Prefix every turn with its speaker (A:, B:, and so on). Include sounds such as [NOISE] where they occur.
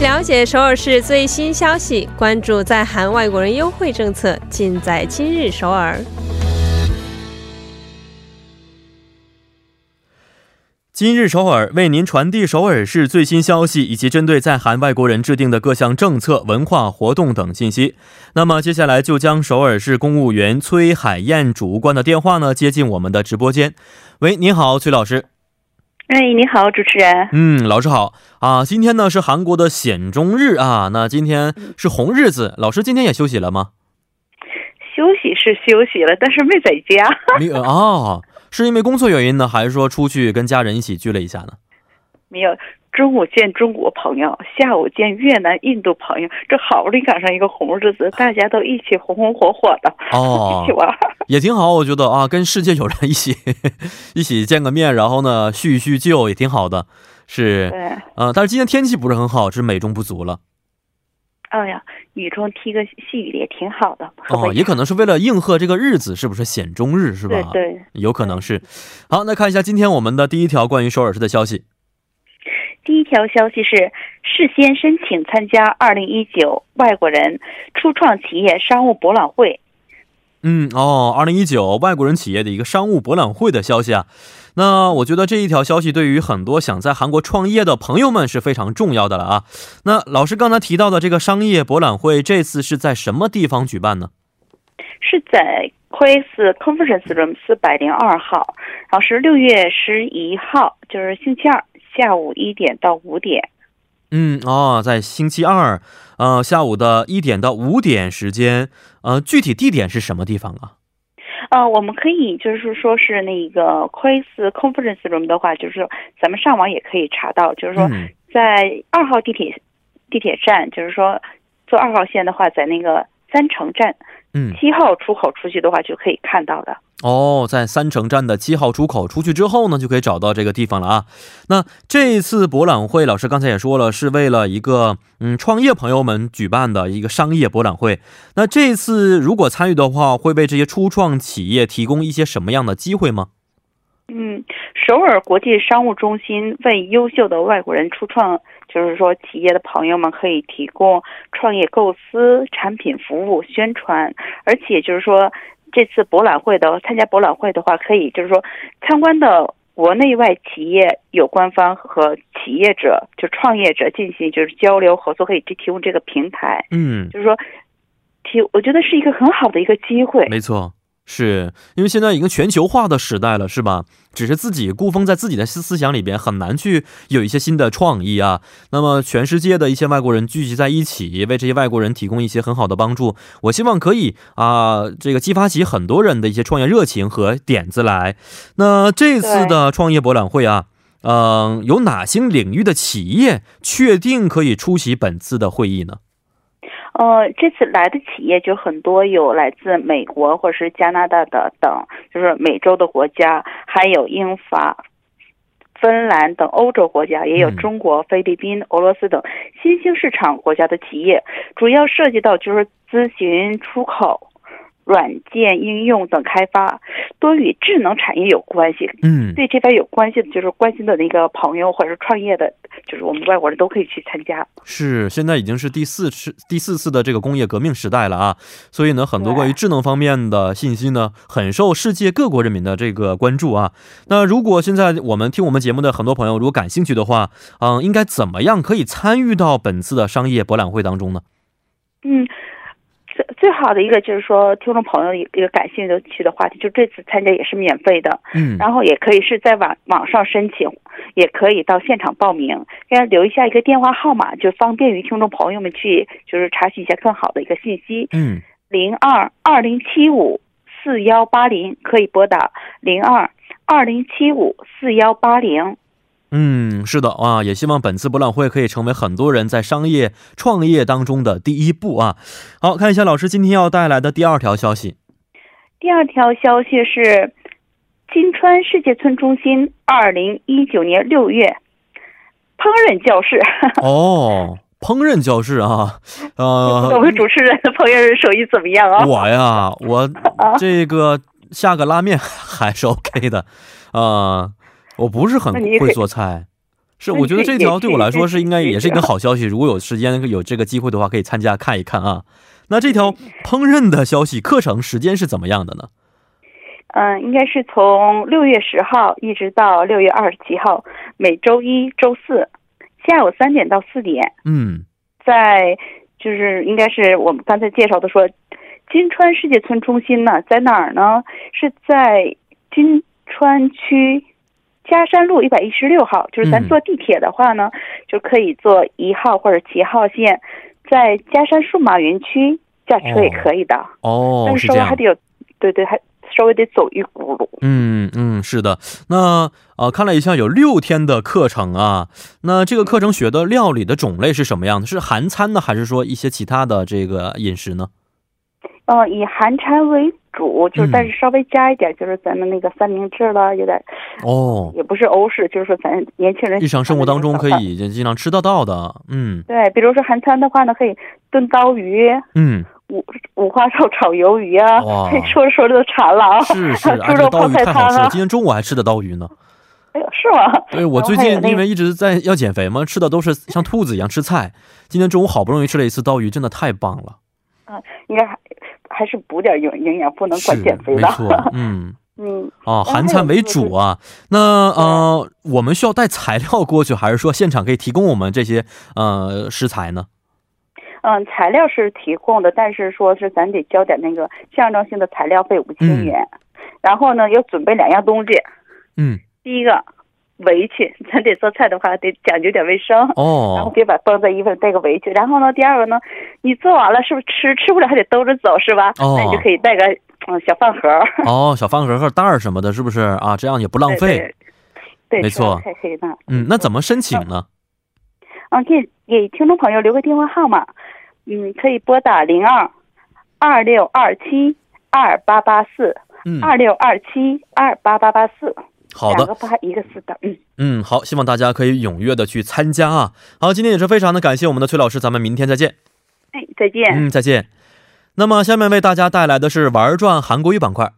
A: 了解首尔市最新消息，关注在韩外国人优惠政策，尽在今日首尔。
B: 今日首尔为您传递首尔市最新消息，以及针对在韩外国人制定的各项政策、文化活动等信息。那么接下来就将首尔市公务员崔海燕主官的电话呢接进我们的直播间。喂，您好，崔老师。
C: 哎，你好，主持人。
B: 嗯，老师好啊。今天呢是韩国的显中日啊，那今天是红日子，老师今天也休息了吗？
C: 休息是休息了，但是没在家。 [LAUGHS]
B: 没有哦，是因为工作原因呢，还是说出去跟家人一起聚了一下呢？
C: 没有，中午见中国朋友，下午见越南、印度朋友，这好不容易赶上一个红日
B: [LAUGHS]
C: 子，大家都一起红红火火的，
B: 哦
C: [LAUGHS] 一起玩儿。
B: 也挺好，我觉得啊，跟世界友人一起 [LAUGHS] 一起见个面，然后呢叙一叙旧也挺好的，是
C: 对，
B: 呃，但是今天天气不是很好，是美中不足了
C: 哎呀，雨中踢个细雨也挺好的。喝
B: 哦，
C: 杯
B: 也可能是为了应和这个日子，是不是显中日是吧？
C: 对对，
B: 有可能是。好，那看一下今天我们的第一条关于首尔市的消息。
C: 第一条消息是，事先申请参加2019外国人初创企业商务博览会。
B: 嗯哦，二零一九外国人企业的一个商务博览会的消息啊，那我觉得这一条消息对于很多想在韩国创业的朋友们是非常重要的了啊。那老师刚才提到的这个商业博览会，这次是在什么地方举办呢？
C: 是在 Quays Conference Room 四百零二号，然后是六月十一号，就是星期二下午一点到五点。
B: 嗯哦，在星期二，呃，下午的一点到五点时间，呃，具体地点是什么地方啊？
C: 呃，我们可以就是说是那个 Quays Conference Room 的话，就是说咱们上网也可以查到，就是说
B: 嗯
C: 在二号地铁地铁站，就是说坐二号线的话，在那个三城站
B: 嗯，
C: 七号出口出去的话就可以看到的。
B: 哦，在三城站的七号出口出去之后呢，就可以找到这个地方了啊。那这一次博览会，老师刚才也说了，是为了一个嗯创业朋友们举办的一个商业博览会。那这次如果参与的话，会为这些初创企业提供一些什么样的机会吗？
C: 嗯，首尔国际商务中心为优秀的外国人初创，就是说企业的朋友们可以提供创业构思、产品服务、宣传，而且就是说这次博览会的参加博览会的话，可以就是说参观的国内外企业有关方和企业者就创业者进行就是交流合作，可以去提供这个平台，
B: 嗯，
C: 就是说提我觉得是一个很好的一个机会。
B: 没错，是因为现在已经全球化的时代了，是吧？只是自己固封在自己的思思想里边，很难去有一些新的创意啊。那么，全世界的一些外国人聚集在一起，为这些外国人提供一些很好的帮助。我希望可以啊、这个激发起很多人的一些创业热情和点子来。那这次的创业博览会啊。嗯、有哪些领域的企业确定可以出席本次的会议呢？
C: 呃，这次来的企业就很多，有来自美国或者是加拿大的等，就是美洲的国家，还有英法、芬兰等欧洲国家，也有
B: 嗯
C: 中国、菲律宾、俄罗斯等新兴市场国家的企业，主要涉及到就是咨询、出口、软件应用等开发，多与智能产业有关系。
B: 嗯，
C: 对这边有关系的，就是关心的那个朋友或者是创业的，就是我们外国人都可以去参加。
B: 是，现在已经是第四次第四次的这个工业革命时代了啊，所以呢，很多关于智能方面的信息呢，很受世界各国人民的这个关注啊。那如果现在我们听我们节目的很多朋友，如果感兴趣的话，嗯，应该怎么样可以参与到本次的商业博览会当中呢？
C: 嗯，最最好的一个就是说，听众朋友一个感兴趣的话题，就这次参加也是免费的，
B: 嗯，
C: 然后也可以是在网网上申请，也可以到现场报名，给他留一下一个电话号码，就方便于听众朋友们去就是查询一下更好的一个信息。
B: 嗯，
C: 零二二零七五四幺八零可以拨打零二二零七五四幺八零。
B: 嗯，是的啊，也希望本次博览会可以成为很多人在商业创业当中的第一步啊。好看一下老师今天要带来的第二条消息。
C: 第二条消息是，金川世界村中心二零一九年六月，烹饪教室， [LAUGHS]
B: 哦，烹饪教室 [LAUGHS] 啊，呃，
C: 我们主持人的烹饪手艺怎么样啊？
B: 我呀，我这个下个拉面还是 OK 的，啊、我不是很
C: 那你也可以
B: 会做菜，是，我觉得这条对我来说是应该也是一个
C: 好。
B: 好消息。如果有时间有这个机会的话，可以参加看一看啊。那这条烹饪的消息，课程时间是怎么样的呢？
C: 嗯，应该是从六月十号一直到六月二十七号，每周一、周四下午三点到四点，
B: 嗯，
C: 在就是应该是我们刚才介绍的说，金川世界村中心呢，在哪儿呢？是在金川区嘉山路一百一十六号，就是咱
B: 嗯
C: 坐地铁的话呢，就可以坐一号或者七号线，在嘉山数码园区驾车也
B: 哦
C: 可以的，
B: 哦，
C: 但
B: 是
C: 是
B: 这
C: 稍微
B: 样
C: 还。得有，对对，还稍微得走一轱辘。
B: 嗯嗯，是的。那呃，看了一下，有六天的课程啊。那这个课程学的料理的种类是什么样的？是韩餐呢，还是说一些其他的这个饮食呢？
C: 呃，以韩餐为主，就是
B: 嗯
C: 但是稍微加一点，就是咱们那个三明治啦，有点
B: 哦，
C: 也不是欧式，就是说咱年轻人
B: 日常生活当中可
C: 喜欢的
B: 以经常吃得到的。嗯
C: 那种早饭。对，比如说韩餐的话呢，可以炖刀鱼、
B: 嗯，
C: 五花肉炒鱿鱼啊
B: 哇，
C: 说着说着都馋了啊。
B: 是是，
C: 还有
B: 哎，这
C: 猪
B: 个
C: 肉
B: 刀
C: 泡
B: 鱼
C: 菜
B: 太好
C: 汤
B: 吃了。
C: 啊
B: 今，天中午还吃的刀鱼呢。
C: 哎呦，是吗？
B: 对我
C: 然后
B: 最
C: 还有
B: 近
C: 那
B: 因为一直在要减肥嘛，吃的都是像兔子一样吃菜。今天中午好不容易吃了一次刀鱼，真的太棒了。
C: 应该还还是补点营营养，不能
B: 是
C: 光减肥
B: 没
C: 的。
B: 错，嗯。
C: [LAUGHS] 嗯，
B: 哦，
C: 然后
B: 韩
C: 还
B: 餐
C: 有
B: 为
C: 就是
B: 主啊。那呃，我们需要带材料过去，还是说现场可以提供我们这些呃食材呢？
C: 嗯，材料是提供的，但是说是咱得交点那个象征性的材料费五
B: 嗯
C: 千元，然后呢要准备两样东西，
B: 嗯，
C: 第一个围裙，咱得做菜的话得讲究点卫生，然后
B: 哦，
C: 别把绷在衣服上带个围裙。然后呢，第二个呢，你做完了是不是吃吃不了还得兜着走是吧？
B: 哦
C: 那你就可以带个嗯小饭盒儿，
B: 哦，小饭盒和袋儿什么的，是不是啊？这样也不浪
C: 对
B: 费。。
C: 对，
B: 没
C: 吃完
B: 错
C: 菜可以那。
B: 嗯，那怎么申请呢？
C: 嗯，可以给听众朋友留个电话号码，嗯，可以拨打零二二六二七二八八四
B: 嗯，
C: 二六二七二八八八四，
B: 好的，
C: 两个八一个四的，嗯，
B: 嗯，好，希望大家可以踊跃的去参加啊。好，今天也是非常的感谢我们的崔老师，咱们明天再见。
C: 哎，再见。
B: 嗯嗯，再见。那么下面为大家带来的是玩转韩国语板块。